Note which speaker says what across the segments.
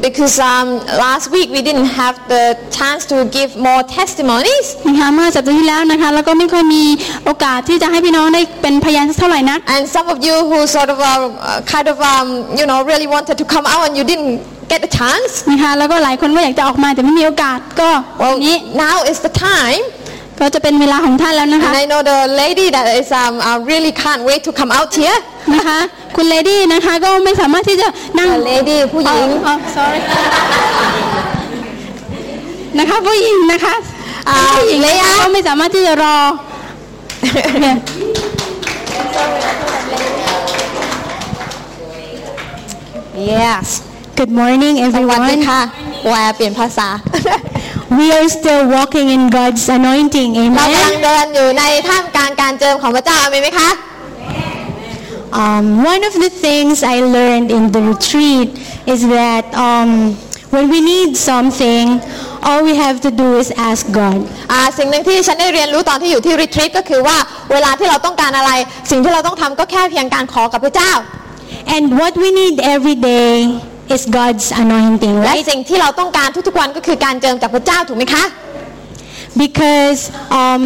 Speaker 1: because um, last week we didn't have the chance to give more testimonies.
Speaker 2: นะคะเมื่อสัปดาห์ที่แล้วนะคะแล้วก็ไม่เคยมีโอกาสที่จะให้พี่น้องได้เป็นพยานสักเท่าไหร่นัก
Speaker 1: And some of you who sort of um, uh, kind of um, you know really wanted to come out and you didn't get the chance.
Speaker 2: นะคะแล้วก็หลายคนก็อยากจะออกมาแต่ไม่มีโอกาสก็วั
Speaker 1: Well,
Speaker 2: นนี้
Speaker 1: now is the time,
Speaker 2: ก็จะเป็นเวลาของท่านแล้วนะ
Speaker 1: and
Speaker 2: คะ
Speaker 1: I know the lady that is um, uh, really can't wait to come out here.
Speaker 2: นะคะ คุณเลดี้นะคะก็ไม่สามารถที่จะนั่ง
Speaker 1: The lady ผู้ห
Speaker 2: อ๋อ
Speaker 1: ญิง
Speaker 2: อ๋อ sorry นะคะผู้หญิงนะคะ
Speaker 1: อ่า
Speaker 2: ผู้หญิง
Speaker 1: เลยอะ
Speaker 2: ก็ไม่สามารถที่จะรอเนี่ย
Speaker 1: Yes.
Speaker 3: Good morning,
Speaker 1: สวัสดี
Speaker 3: everyone.
Speaker 1: ค่ะแปลเปลี่ยนภาษ า
Speaker 3: We are still walking in God's anointing.
Speaker 1: เรากำลัง
Speaker 3: Amen.
Speaker 1: เดินอยู่ในท่ามกลางการเจิมของพระเจ้าอาเมนไหมคะ
Speaker 3: Um, one of the things I learned in the retreat is that um, when we need something, all we have to do is ask God.
Speaker 1: อ่าสิ่งหนึ่งที่ฉันได้เรียนรู้ตอนที่อยู่ที่รีทรีตก็คือว่าเวลาที่เราต้องการอะไร สิ่งที่เราต้องทำก็แค่เพียงการขอกับพระเจ้า
Speaker 3: And what we need every day is God's anointing,
Speaker 1: และ
Speaker 3: right?
Speaker 1: สิ่งที่เราต้องการทุกๆวันก็คือการเจิมจากพระเจ้าถูกไหมคะ
Speaker 3: Because um,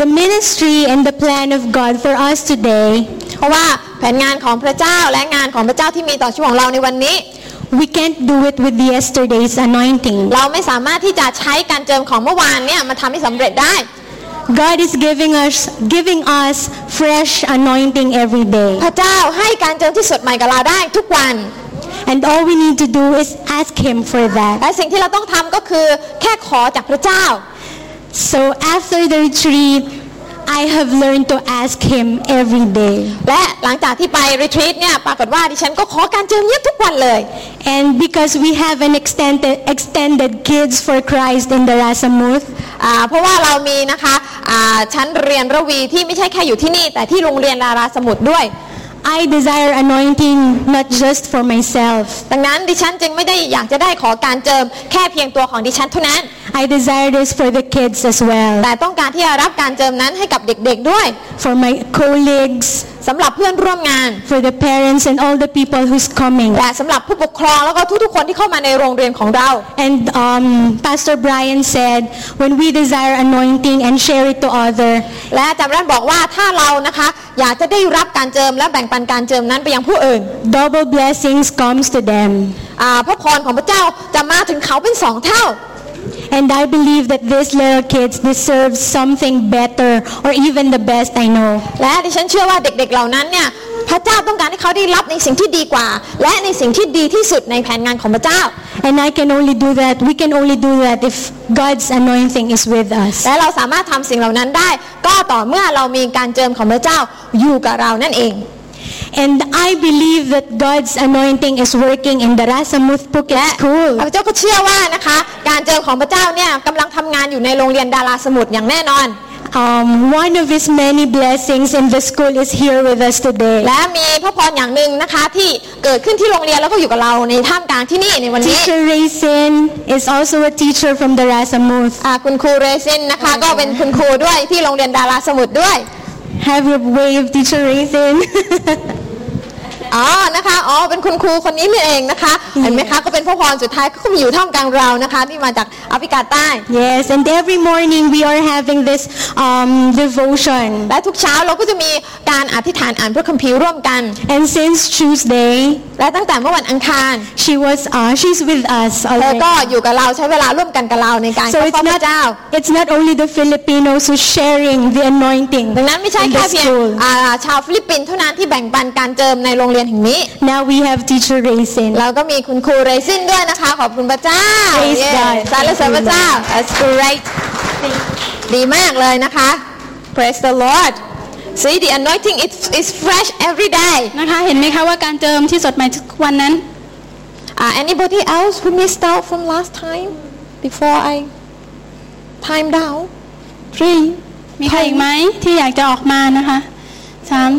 Speaker 3: the ministry and the plan of God for us today,
Speaker 1: เพราะว่าแผนงานของพระเจ้าและงานของพระเจ้าที่มีต่อชีวิตของเราในวันนี้
Speaker 3: we can't do it with yesterday's anointing.
Speaker 1: เราไม่สามารถที่จะใช้การเจิมของเมื่อวานเนี่ยมาทำให้สำเร็จได้
Speaker 3: God is giving us giving us fresh anointing every day.
Speaker 1: พระเจ้าให้การเจิมที่สดใหม่กับเราได้ทุกวัน
Speaker 3: And all we need to do is ask him for that.
Speaker 1: และสิ่งที่เราต้องทำก็คือแค่ขอจากพระเจ้า
Speaker 3: So after the retreat, I have learned to ask him every day.
Speaker 1: และหลังจากที่ไปรีทรีตเนี่ยปรากฏว่าดิฉันก็ขอการเจิมเนี่ยทุกวันเลย
Speaker 3: And because we have an extended extended kids for Christ in the Rasamuth,
Speaker 1: อ่าเพราะว่าเรามีนะคะอ่าชั้นเรียนระวีที่ไม่ใช่แค่อยู่ที่นี่ แต่ที่โรงเรียนดาราสมุทรด้วย
Speaker 3: I desire anointing not just for myself.
Speaker 1: ดังนั้นดิฉันจึงไม่ได้อยากจะได้ขอการเจิมแค่เพียงตัวของดิฉันเท่านั้น
Speaker 3: I desire this for the kids as well,
Speaker 1: แต่ต้องการที่จะรับการเจิมนั้นให้กับเด็กๆด้วย
Speaker 3: for my colleagues,
Speaker 1: สำหรับเพื่อนร่วมงาน
Speaker 3: for the parents and all the people who's coming.
Speaker 1: และสำหรับผู้ปกครองแล้วก็ทุกๆคนที่เข้ามาในโรงเรียนของเรา
Speaker 3: And um, Pastor Brian said, when we desire anointing and share it to other,
Speaker 1: และอาจารย์แรนบอกว่าถ้าเรานะคะ อยากจะได้รับการเจิมและแบ่งปันการเจิมนั้นไปยังผู้อื่น
Speaker 3: double blessings comes to them.
Speaker 1: อ่าพระพรของพระเจ้าจะมาถึงเขาเป็นสองเท่า
Speaker 3: And I believe that these little kids deserve something better or even the best I know.
Speaker 1: และดิฉันเชื่อว่าเด็กๆ เหล่านั้นเนี่ยพระเจ้าต้องการให้เขาได้รับในสิ่งที่ดีกว่า และในสิ่งที่ดีที่สุดในแผนงานของพระเจ้า
Speaker 3: And I can only do that, we can only do that if God's anointing is with us.
Speaker 1: และเราสามารถทำสิ่งเหล่านั้นได้ ก็ต่อเมื่อเรามีการเจิมของพระเจ้าอยู่กับเรานั่นเอง
Speaker 3: And I believe that God's anointing is working in the Rasamuth Phuket
Speaker 1: และ
Speaker 3: School.
Speaker 1: พระเจ้าก็เชื่อว่านะคะ การเจิมของพระเจ้าเนี่ยกำลังทำงานอยู่ในโรงเรียนดาราสมุทรอย่างแน่นอน
Speaker 3: Um, one of his many blessings in the school is here with us today.
Speaker 1: และมีพระพรอย่างหนึ่งนะคะที่เกิดขึ้นที่โรงเรียนแล้วก็อยู่กับเราในท่ามกลางที่นี่ในวันนี้
Speaker 3: Teacher Raisin is also a teacher from the Rasamuth.
Speaker 1: อ่าคุณครูเรซินนะคะ ก็เป็นคุณครูด้วยที่โรงเรียนดาราสมุทรด้วย
Speaker 3: Have your wave, Teacher Raisin.
Speaker 1: อ๋อ นะคะ อ๋อ เป็นคุณครูคนนี้นี่เองนะคะ เห็นไหมคะ ก็เป็นพระพรสุดท้ายก็มาอยู่ท่ามกลางเรานะคะ ที่มาจากแอฟริกาใต้
Speaker 3: yes, and every morning we are having this um, devotion.
Speaker 1: และทุกเช้าเราก็จะมีการอธิษฐานอ่านพระคัมภีร์ร่วมกัน
Speaker 3: And since Tuesday,
Speaker 1: และตั้งแต่เมื่อวันอังคาร
Speaker 3: she was uh, she's with us
Speaker 1: เธอ
Speaker 3: already.
Speaker 1: ก็อยู่กับเราใช้เวลาร่วมกันกับเราในการ
Speaker 3: So
Speaker 1: เข้า
Speaker 3: it's
Speaker 1: เฝ้าพ
Speaker 3: not
Speaker 1: ระเจ้า
Speaker 3: it's not only the Filipinos who's sharing the anointing
Speaker 1: ดังนั้นไม่ใช่
Speaker 3: in
Speaker 1: แค่
Speaker 3: the
Speaker 1: เพียง
Speaker 3: school.
Speaker 1: อ่าชาวฟิลิปปินส์เท่านั้นที่แบ่งปันการเจิมในโรงเรียนแห่งนี้
Speaker 3: Now we have Teacher Raisin.
Speaker 1: เราก็มีคุณครูเรซินด้วยนะคะ ขอบคุณพระเจ้า
Speaker 3: Praise
Speaker 1: เย้
Speaker 3: God
Speaker 1: สรรเสริญพระเจ้า That's great ดีมากเลยนะคะ Praise the Lord See the anointing is is fresh every day
Speaker 2: นะคะเห็นไหมคะว่าการเจิมที่สดใหม่ทุกวันนั้น
Speaker 1: uh, Anybody else who missed out from last time before I time down three
Speaker 2: มีใครอีกไหมที่อยากจะออกมานะคะสาม